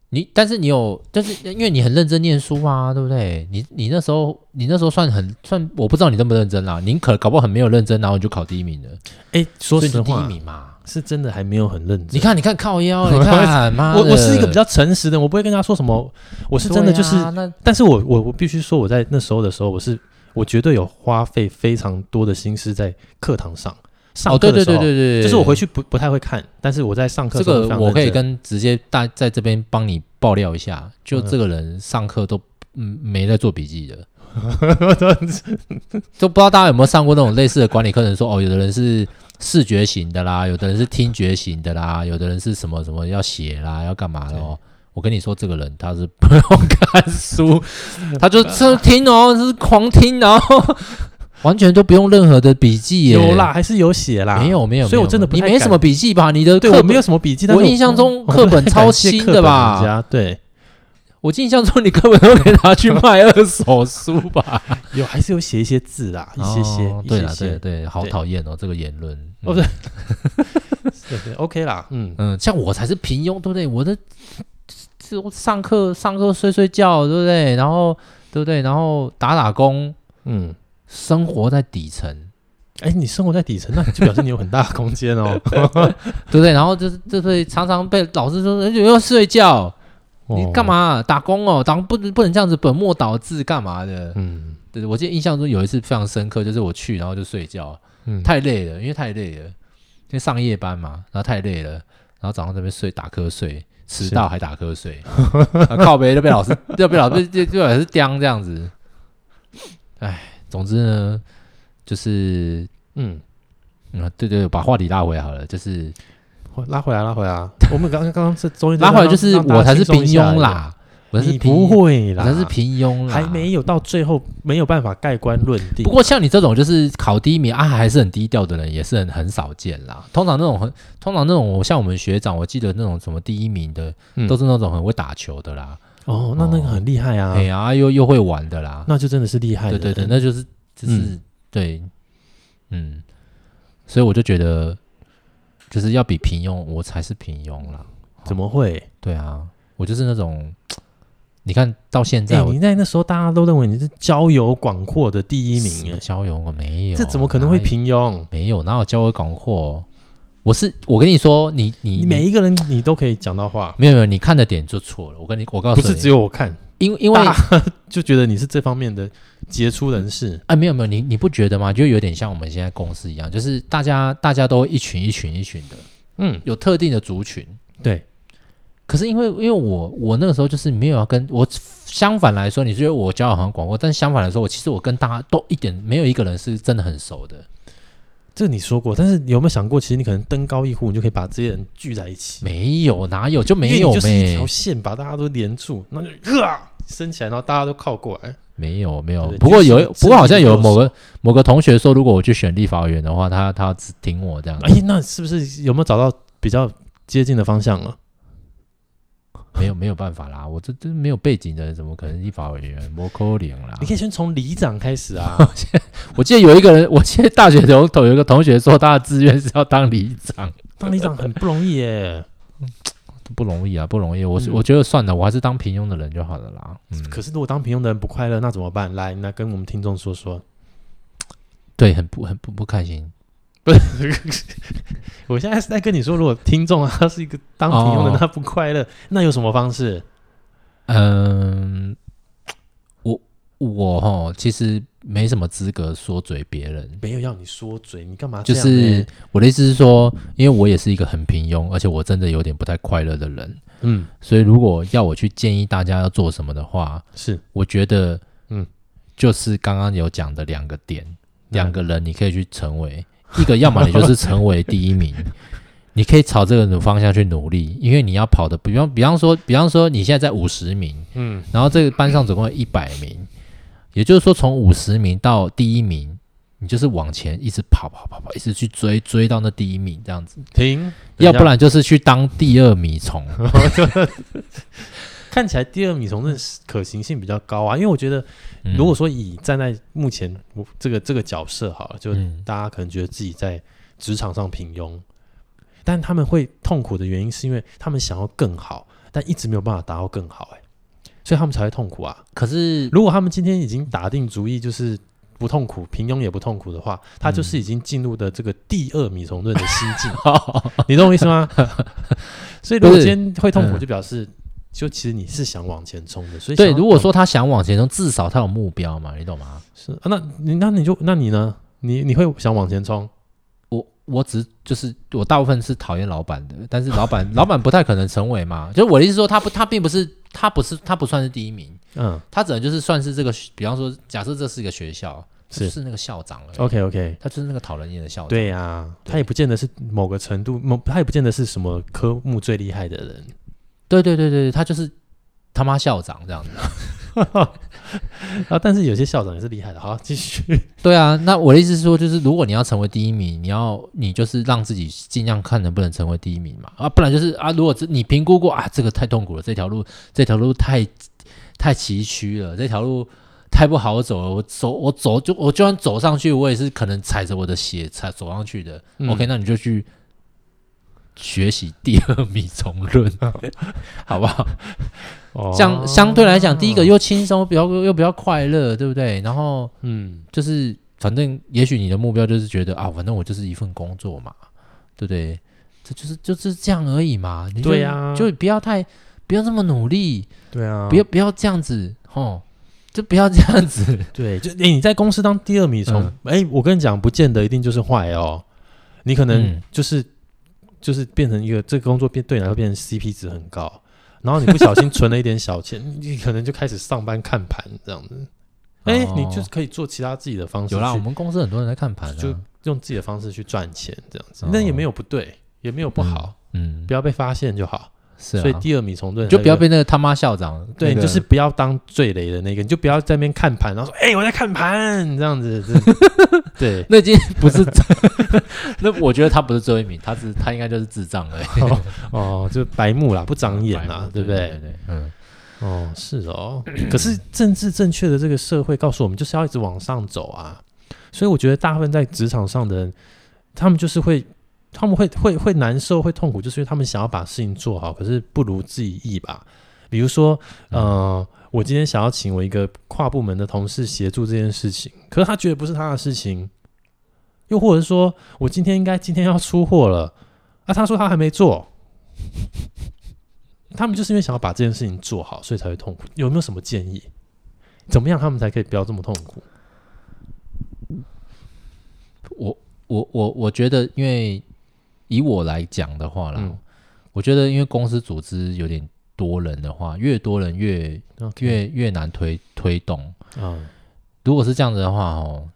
B: 你，但是你有，但是因为你很认真念书啊，对不对？你你那时候你那时候算很算，我不知道你认不认真啦，你可搞不好很没有认真，然后你就考第一名了，
A: 哎、说
B: 所以你
A: 实
B: 第一
A: 话，
B: 名嘛。
A: 是真的还没有很认真。
B: 你看，你看靠腰，
A: *laughs*
B: 你看，妈的
A: 我我是一个比较诚实的，我不会跟他说什么，我是真的就是，
B: 对啊那
A: 但是我我我必须说，我在那时候的时候，我是我绝对有花费非常多的心思在课堂上上
B: 哦，
A: 课的
B: 对对
A: 时候，
B: 对对对，
A: 就是我回去不不太会看，但是我在上课
B: 这
A: 的时候非
B: 个
A: 常
B: 我可以
A: 认真
B: 跟直接大在这边帮你爆料一下，就
A: 嗯
B: 这个人上课都嗯没在做笔
A: *laughs*
B: 记的，都不知道大家有没有上过那种类似的管理课程，说哦，有的人是视觉型的啦，有的人是听觉型的啦，有的人是什么什么要写啦，要干嘛的哦。我跟你说，这个人他是不用 *laughs* 看书，
A: *laughs*
B: 他就这听哦，就是狂听，然后完全都不用任何的笔记耶。
A: 有啦，还是有写啦，
B: 没有没有，
A: 所以我
B: 没有
A: 真的不
B: 你
A: 太
B: 没
A: 敢
B: 什么笔记吧？你的
A: 对
B: 课
A: 我
B: 本
A: 没有什么笔记，但
B: 我
A: 是
B: 印象中
A: 我不
B: 课本
A: 太
B: 超
A: 感谢
B: 新
A: 课
B: 的
A: 本
B: 吧
A: 人家对，
B: 我印象中你根本都给他去卖二手书吧？
A: 有还是有写一些字啦， *laughs* 一些些，
B: 哦
A: 一
B: 对
A: 些
B: 啦，对
A: 些，
B: 对，好
A: 对
B: 讨厌哦，这个言论。
A: 哦对，对对，OK 啦，嗯，
B: 嗯，像我才是平庸，对不对？我的这我上课上课睡睡觉，对不对？然后对不对？然后打打工，
A: 嗯，
B: 生活在底层，
A: 哎，你生活在底层，那就表示你有很大的空间哦。
B: 对不对？然后就是就是常常被老师说哎你要睡觉， *laughs*
A: 哦
B: 你干嘛、打工哦？打工不不能这样子本末倒置，干嘛的
A: 哦？？嗯
B: 对，我记得印象中有一次非常深刻，就是我去然后就睡觉，
A: 嗯，
B: 太累了，因为太累了，因为上夜班嘛，然后太累了，然后早上这边睡打瞌睡，迟
A: 是
B: 到还打瞌睡，啊靠背就被老师就被老师就就被老师刁这样子。哎，总之呢，就是
A: 嗯，
B: 嗯，对对，对把话题拉回来好了，就是
A: 拉回来，拉回来
B: *laughs*
A: 啊。我们刚刚刚刚是中间
B: 拉回来就是
A: 让
B: 我才是平，
A: 让
B: 庸
A: 大家
B: 啦，我才
A: 轻松一下而已啊
B: 是
A: 你
B: 平
A: 不，会
B: 我
A: 啦，
B: 才是平庸啦，
A: 还。没有到最后没有办法盖棺论定。
B: 不过像你这种就是考第一名啊，还是很低调的人，也是很很少见啦。通常那种很，通常那种像我们学长，我记得那种什么第一名的，
A: 嗯
B: 都是那种很会打球的啦，
A: 哦，那那个很厉害啊
B: 哎，呀、又又会玩的啦。
A: 那就嗯真的是厉害
B: 对
A: 的。
B: 对对，那就是就是、对，嗯，所以我就觉得就是要比平庸，我才是平庸啦。
A: 怎么会？
B: 对啊，我就是那种，你看到现在
A: 哎，
B: 我
A: 你在那时候大家都认为你是交友广阔的第一
B: 什
A: 名
B: 么
A: 哎，
B: 交友我没有，啊
A: 这怎么可能会
B: 哪有
A: 平庸？
B: 没有，哪有交友广阔？我是我跟你说，你你
A: 你每一个人你都可以讲到话，
B: 没有没有，你看的点就错了。我跟你我告诉
A: 不
B: 你，
A: 是只有我看，
B: 因因为
A: 大 *laughs* 就觉得你是这方面的杰出人士。
B: 啊没有没有，你你不觉得吗？就有点像我们现在公司一样，就是大家大家都会一群一群一群的，
A: 嗯，
B: 有特定的族群。
A: 对，
B: 可是因为因为我我那个时候就是没有要跟我相反来说，你觉得我交友很广阔，但相反来说，我其实我跟大家都一点没有一个人是真的很熟的，
A: 这你说过，但是有没有想过，其实你可能登高一呼，你就可以把这些人聚在一起？
B: 没有哪有就没
A: 因为
B: 有
A: 你就是一
B: 没
A: 条线把大家都连住，那就啊升起来，然后大家都靠过来。
B: 没有没有
A: 对，
B: 不过
A: 就是
B: 有，不过好像有某
A: 自
B: 个某个同学说，如果我去选立法委员的话，他他只挺我这样子。
A: 哎，那是不是有没有找到比较接近的方向啊
B: 嗯
A: 了？
B: 没有没有办法啦，我这这没有背景的人，怎么可能立法委员？我可怜啦
A: 你！可以先从里长开始
B: *laughs*
A: 啊。
B: 我记得有一个人，我记得大学同同有一个同学说，他的志愿是要当里长，
A: 当里长很不容易耶，
B: 不不容易啊，不容易。我是、
A: 嗯
B: 我觉得算了，我还是当平庸的人就好了啦。嗯，
A: 可是如果当平庸的人不快乐，那怎么办？来，那跟我们听众说说。
B: 对，很不很不不开心。
A: 我现在是在跟你说，如果听众啊他是一个当平庸的人，
B: 哦
A: 他不快乐，那有什么方式？
B: 嗯，我我哈，其实没什么资格说嘴别人。
A: 没有要你说嘴，你干嘛这
B: 就
A: 样欸
B: 是
A: 呢？
B: 我的意思是说，因为我也是一个很平庸，而且我真的有点不太快乐的人，
A: 嗯，
B: 所以如果要我去建议大家要做什么的话，
A: 是
B: 我觉得，
A: 嗯，
B: 就是刚刚有讲的两个点，
A: 那
B: 两个人你可以去成为一个，要么你就是成为第
A: *laughs*
B: 一名，你可以朝这个努方向去努力，因为你要跑的，比方比方说，比方说你现在在五十名，
A: 嗯，
B: 然后这个班上总共一百名，也就是说从五十名到第一名，你就是往前一直跑跑跑跑，一直去追追到那第一名这样子，
A: 停，
B: 要不然就是去当第二米虫。
A: 看起来第二米虫的可行性比较高啊。因为我觉得，
B: 嗯
A: *laughs* 如果说以站在目前我这个这个角色好了，就
B: 嗯
A: 大家可能觉得自己在职场上平庸，但他们会痛苦的原因是因为他们想要更好，但一直没有办法达到更好、欸，所以他们才会痛苦啊。
B: 可 *laughs* 是
A: 如果他们今天已经打定主意，就是不痛苦，平庸也不痛苦的话，他就是已经进入的这个第二米虫论的心境，你懂我意思 *laughs* 吗？所以如果今天会痛苦，
B: 嗯
A: 就表示就其实你是想往前冲的，所以想
B: 对，
A: 要
B: 如果说他想往前冲，至少他有目标嘛，你懂吗？
A: 是、啊、那你那你就那你呢？你你会想往前冲？
B: 我我只是就是我大部分是讨厌老板的，但是老板老板不太可能成为嘛，就是我的意思说他不他并不是他不是他不算是第一名，
A: 嗯
B: 他只能就是算是这个，比方说假设这是一个学校，他
A: 是
B: 就是那个校长了，
A: ，OK OK，
B: 他就是那个讨人厌的校长，
A: 对呀、啊他也不见得是某个程度，某他也不见得是什么科目最厉害的人，
B: 对对对对，他就是他妈校长这样子。
A: 啊，但是有些校长也是厉害的。好，继续，
B: 对啊，那我的意思是说，就是如果你要成为第一名，你要你就是让自己尽量看能不能成为第一名嘛，啊，不然就是啊，如果这你评估过啊，这个太痛苦了，这条路这条路太太崎岖了，这条路太不好走了，我走我走就我就算走上去，我也是可能踩着我的鞋踩走上去的。
A: 嗯
B: OK，那你就去学习第二米虫论， *laughs* 好不好？
A: 哦
B: 这样相对来讲，第一个又轻松，比较又比较快乐，对不对？然后。
A: 嗯，
B: 就是反正也许你的目标就是觉得啊，反正我就是一份工作嘛，对不对？这就是就是这样而已嘛。你就
A: 对呀
B: 就不要太不要这么努力，
A: 对啊，
B: 不要不要这样子哦，就不要这样子。
A: 对，就、诶你在公司当第二米虫，
B: 嗯
A: 哎、我跟你讲，不见得一定就是坏哦，你可能
B: 嗯
A: 就是、就是变成一个这个工作变对你来说变成 CP 值很高，然后你不小心存了一点小钱， *laughs* 你可能就开始上班看盘这样子， *laughs* 哎、
B: 哦
A: 你就是可以做其他自己的方式
B: 有啦，我
A: 去，
B: 们公司很多人在看盘、啊，
A: 就用自己的方式去赚钱这样子
B: 哦，
A: 那、也没有不对，也没有不好，
B: 嗯，
A: 不要被发现就好。
B: 是啊，
A: 所以第二米虫论
B: 就不要
A: 被。
B: 被那个他妈校长，
A: 对，
B: 那个
A: 就是不要当最雷的那个，你就不要在那边看盘，然后说：“哎、我在看盘。”这样子，这
B: *laughs*
A: 对，
B: 那已经不
A: *laughs*
B: 是， *laughs* 那我觉得他不是最后一名，他是他应该就是智障而已，
A: 哦，就白目啦，不长眼啦，对
B: 对
A: 不对？
B: 对对，嗯，
A: 哦，是 *clears throat* 哦。可是政治正确的这个社会告诉我们，就是要一直往上走啊。所以我觉得大部分在职场上的人，他们就是会，他们会会会难受、会痛苦，就是因为他们想要把事情做好，可是不如自己意吧。比如说，呃，我今天想要请我一个跨部门的同事协助这件事情，可是他觉得不是他的事情。又或者说，我今天应该今天要出货了，啊，他说他还没做，他们就是因为想要把这件事情做好，所以才会痛苦。有没有什么建议？怎么样他们才可以不要这么痛苦？
B: 我我我我觉得，因为以我来讲的话啦，
A: 嗯
B: 我觉得因为公司组织有点多人的话，越多人越
A: OK
B: 越越难推推动。
A: 嗯
B: 如果是这样子的话，哦，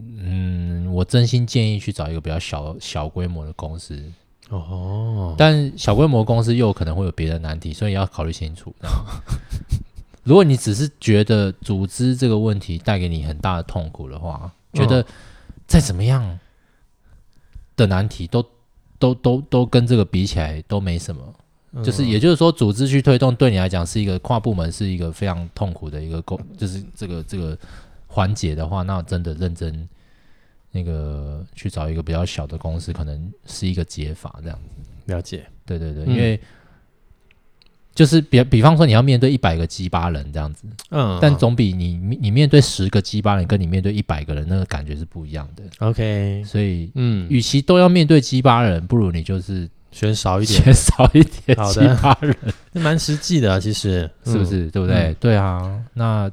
B: 嗯，我真心建议去找一个比较小小规模的公司，
A: 哦，
B: 但小规模公司又有可能会有别的难题，所以要考虑清楚。这样
A: *laughs*
B: 如果你只是觉得组织这个问题带给你很大的痛苦的话，
A: 嗯
B: 觉得再怎么样的难题都都都都跟这个比起来都没什么，
A: 嗯
B: 就是也就是说，组织去推动对你来讲是一个跨部门是一个非常痛苦的一个工，就是这个这个环节的话，那真的认真那个去找一个比较小的公司，可能是一个解法这样。
A: 了解，
B: 对对对，
A: 嗯
B: 因为就是比比方说你要面对一百个鸡巴人这样子，
A: 嗯，
B: 但
A: 嗯
B: 总比你你面对十个鸡巴人跟你面对一百个人那个感觉是不一样的。
A: OK，
B: 所以，
A: 嗯，
B: 与其都要面对鸡巴人，不如你就是
A: 选少一点，
B: 减少一点
A: 好
B: 鸡
A: 的
B: 巴人，
A: 那蛮实际的啊，其实
B: *laughs* 是不？
A: 嗯
B: 是？对不对？对啊，那。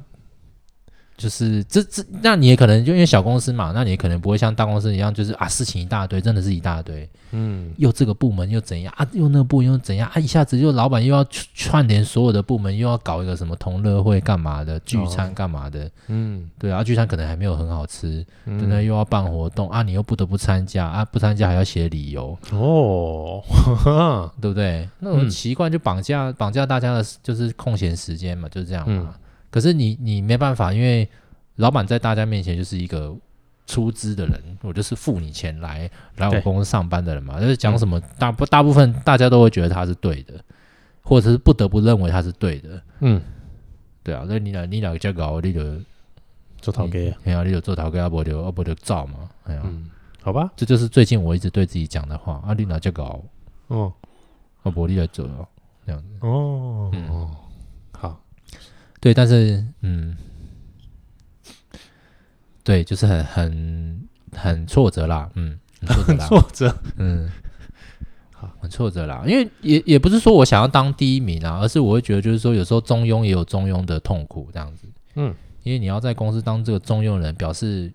B: 就是这这，那你也可能就因为小公司嘛，那你也可能不会像大公司一样，就是啊事情一大堆，真的是一大堆。
A: 嗯，
B: 又这个部门又怎样啊，又那个部门又怎样啊，一下子又老板又要串串联所有的部门，又要搞一个什么同乐会干嘛的，聚餐干嘛的，
A: 嗯，
B: 对啊，聚餐可能还没有很好吃，
A: 嗯
B: 对不对？又要办活动啊，你又不得不参加啊，不参加还要写理由，
A: 哦， *laughs* 哈哈
B: 对不对？那种
A: 嗯
B: 习惯就绑架绑架大家的，就是空闲时间嘛，就是这样嘛。
A: 嗯
B: 可是你你没办法，因为老板在大家面前就是一个出资的人，我就是付你钱来来我
A: 对嗯
B: 公司上班的人嘛，就是讲什么大部大部分大家都会觉得他是对的，或者是不得不认为他是对的，
A: 嗯，
B: 对啊。那你俩你俩较高，你就
A: 做陶给，
B: 哎呀，你就做头家，不就啊不就造嘛，哎呀，
A: 嗯，好吧，
B: 这就是最近我一直对自己讲的话啊，你俩较高，
A: 哦，
B: 啊不你来做哦。
A: 哦，好，
B: 嗯对，但是嗯，对，就是很很很挫折啦，嗯，很挫折啦，
A: 作者，
B: *laughs* 嗯，
A: 好，
B: 很挫折啦，因为也也不是说我想要当第一名啊，而是我会觉得就是说有时候中庸也有中庸的痛苦这样子，
A: 嗯，
B: 因为你要在公司当这个中庸人，表示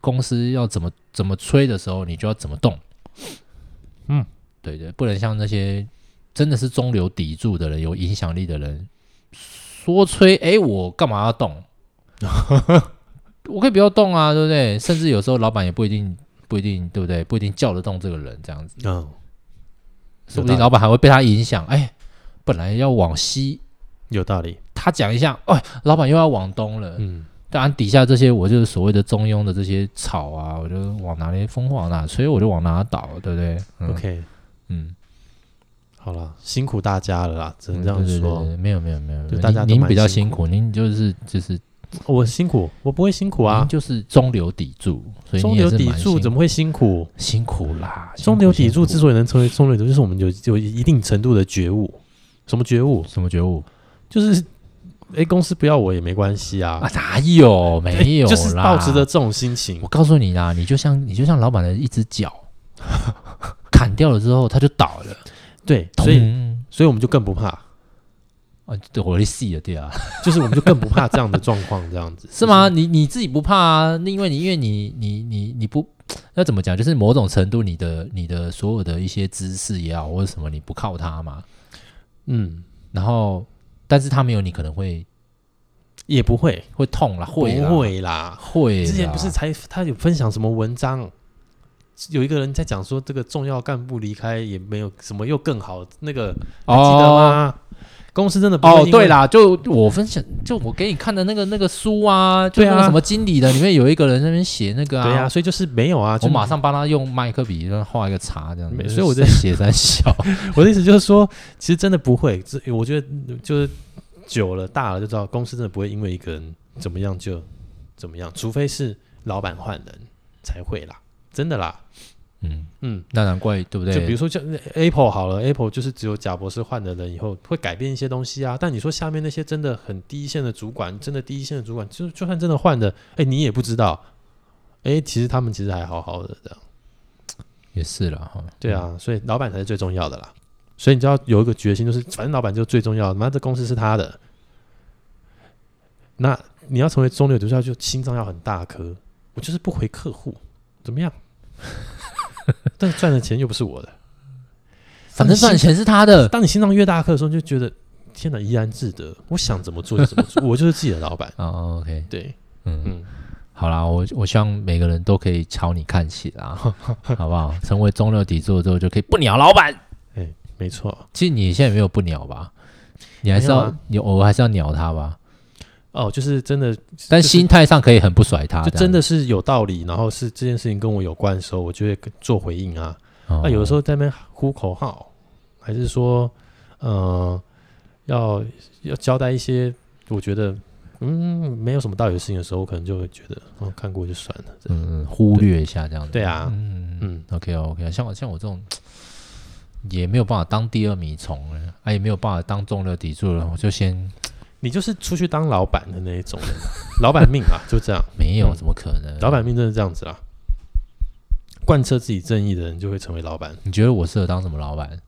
B: 公司要怎么怎么吹的时候，你就要怎么动，
A: 嗯，
B: 对对，不能像那些真的是中流砥柱的人、有影响力的人，说吹，哎，我干嘛
A: *laughs*
B: 要动？我可以不要动啊，对不对？甚至有时候老板也不一定不一定，对不对？不一定叫得动这个人这样子，
A: 嗯，
B: 说不定老板还会被他影响。哎，本来要往西，
A: 有道理，
B: 他讲一下，哎，老板又要往东了。
A: 嗯，
B: 当然底下这些我就是所谓的中庸的这些草啊，我就往哪里风往哪吹，我就往哪倒，对不对嗯
A: OK，
B: 嗯，
A: 好了，辛苦大家了啦，只能
B: 嗯
A: 这样
B: 对对
A: 说
B: 对。对没有没有没有，
A: 对
B: 没有
A: 大家都
B: 您您
A: 蛮
B: 比较
A: 辛
B: 辛苦，您就是就是
A: 哦我辛苦，我不会辛苦啊
B: 您。就是中流砥柱，所以
A: 中
B: 你也
A: 流
B: 是蛮
A: 砥柱
B: 辛
A: 怎么会辛苦？
B: 辛苦啦？辛
A: 中流
B: 苦辛
A: 砥柱
B: 苦
A: 之所以能成为中流砥柱，就是我们有有一定程度的觉悟。什么觉悟？
B: 什么觉悟
A: 就是，哎，公司不要我也没关系啊
B: 啊？，哪
A: *laughs*
B: 有没有啦？
A: 就是抱持着这种心情
B: 我。告诉你啦，你就像你就像老板的一只脚， *laughs* 砍掉了之后它就倒了，
A: 对，所以
B: 嗯
A: 所以我们就更不怕，
B: 啊，对我的戏了，对
A: *laughs*
B: 啊，
A: 就是我们就更不怕这样的状况，这样子
B: *laughs* 是吗？？你你自己不怕啊？那因为你因为你你你你不要怎么讲，就是某种程度你的你的所有的一些知识也好或者什么，你不靠它嘛，
A: 嗯，
B: 然后但是它没有你可能会
A: 也不会，
B: 会痛啦，会啦
A: 不会啦。
B: 会啦，
A: 之前不是才他有分享什么文章，有一个人在讲说这个重要干部离开也没有什么又更好，那个还记得
B: 哦
A: 吗？公司真的不会
B: 哦，
A: 因为
B: 对，啦，就我分享，就我给你看的那个那个书啊，就
A: 对
B: 那
A: 啊
B: 个什么经理的，里面有一个人在那边写那个
A: 对啊呀、所以就是没有啊，
B: 我
A: 就
B: 马上帮他用麦克笔画一个叉，这样
A: 没
B: 子。
A: 所以我
B: 在
A: 在
B: 写三小， *laughs*
A: 我的意思就是说，其实真的不会，这我觉得嗯就是久了大了就知道，公司真的不会因为一个人怎么样就怎么样，除非是老板换人才会啦，真的啦。
B: 嗯，
A: 嗯，
B: 那难怪对不对？
A: 就比如说像 Apple 好了，Apple 就是只有贾博士换了人以后会改变一些东西啊。但你说下面那些真的很第一线的主管，真的第一线的主管，就就算真的换了，哎，你也不知道，哎，其实他们其实还好好的这样。
B: 也是了哈，
A: 对啊，所以老板才是最重要的啦。所以你就要有一个决心，就是反正老板就是最重要的，妈这公司是他的。那你要成为中流砥柱，就心脏要很大颗。我就是不回客户，怎么样？但是赚的钱又不是我的。
B: 反正赚钱是他的，
A: 当你心脏越大颗的时候，你就觉得天哪，怡然自得，我想怎么做就怎么做，我就是自己的老板。
B: 哦，OK，
A: 对，
B: 嗯，
A: 嗯，
B: 好啦，我我希望每个人都可以朝你看齐啦， *laughs* 好不好？成为中流砥柱之后，就可以不鸟老板。
A: 没错。
B: 其实你现在也没有不鸟吧？你还是
A: 没有
B: 要、
A: 啊
B: 你偶尔还是要鸟他吧，
A: 哦，就是真的，
B: 但
A: 就是
B: 心态上可以很不甩他，
A: 就
B: 这样
A: 真的是有道理。然后是这件事情跟我有关的时候，我就会做回应啊。
B: 哦
A: 那、有的时候在那边呼口号，还是说，呃，要要交代一些我觉得嗯没有什么道理的事情的时候，我可能就会觉得，嗯，看过就算了。
B: 嗯，嗯忽略一下这样子。
A: 对啊，
B: 嗯
A: 嗯
B: ，OK 啊 OK 啊，像我像我这种，也没有办法当第二米虫了，啊，也没有办法当中流砥柱了，我就先
A: 你就是出去当老板的那一种人啊，老板命啊，就这样，
B: 没有，
A: 嗯
B: 怎么可能？
A: 老板命真的这样子啦。贯彻自己正义的人就会成为老板。
B: 你觉得我适合当什么老板？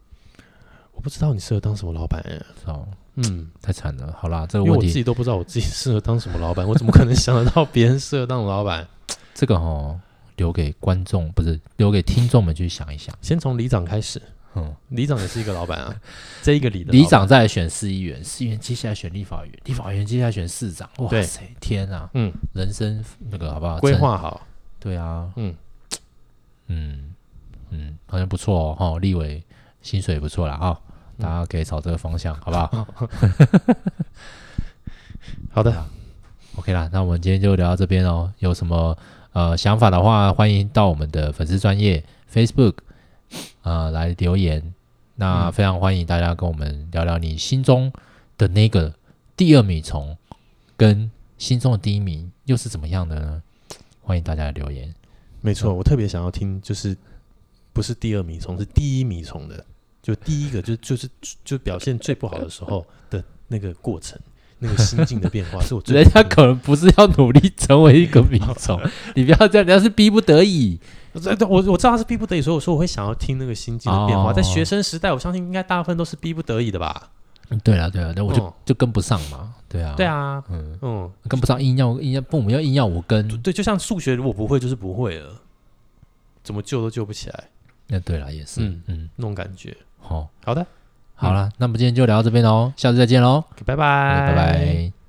A: 我不知道你适合当什么老板、欸，
B: 知道吗
A: 嗯，
B: 太惨了。好啦，这个
A: 因为
B: 问
A: 我自
B: 题，
A: 己都不知道我自己适合当什么老板，我怎么可能想得到别人适合当老板？
B: 这个哦，留给观众不是留给听众们去想一想。
A: 先从里长开始，
B: 嗯，
A: 里长也是一个老板啊， *laughs* 这一个里的
B: 里
A: 老板，
B: 长再来选市议员，市议员接下来选立法委员，立法委员接下来选市长。哇
A: 对
B: 塞，天啊！
A: 嗯，
B: 人生那个好不好？
A: 规
B: 真
A: 划
B: *laughs*
A: 好，
B: 对啊，
A: 嗯
B: 嗯嗯，好像不错哦，哈，立委薪水也不错啦，哈，
A: 嗯
B: 大家可以朝这个方向，好不好 *laughs*
A: 好的，
B: ？OK 啦，那我们今天就聊到这边哦。有什么呃想法的话，欢迎到我们的粉丝专业 Facebook 呃来留言。那
A: 嗯
B: 非常欢迎大家跟我们聊聊你心中的那个第二米虫，跟心中的第一名又是怎么样的呢？欢迎大家来留言。
A: 没错，我特别想要听，就是不是第二米虫，是第一米虫的，就第一个就就是就表现最不好的时候的那个过
B: *laughs*
A: 程，那个心境的变化，是我最
B: 人家
A: 想听
B: 可能不是要努力成为一个米 *laughs* 虫，你不要这样，人家是逼不得已。
A: 对对，我我知道他是逼不得已，所以我说我会想要听那个心境的变化。
B: 哦
A: 在学生时代，我相信应该大部分都是逼不得已的吧？
B: 对啊，对啊，那我就、
A: 嗯
B: 就跟不上嘛。对啊，
A: 对，啊，
B: 嗯，
A: 嗯，
B: 跟不上，硬要硬要父母要硬要我跟。
A: 对，就像数学，如果不会就是不会了，怎么救都救不起来
B: 那对了，也是，
A: 嗯
B: 嗯，
A: 那种感觉。
B: 好、
A: 好的，
B: 好了，那么今天就聊到这边喽，下次再见喽，
A: 拜拜，拜
B: 拜拜。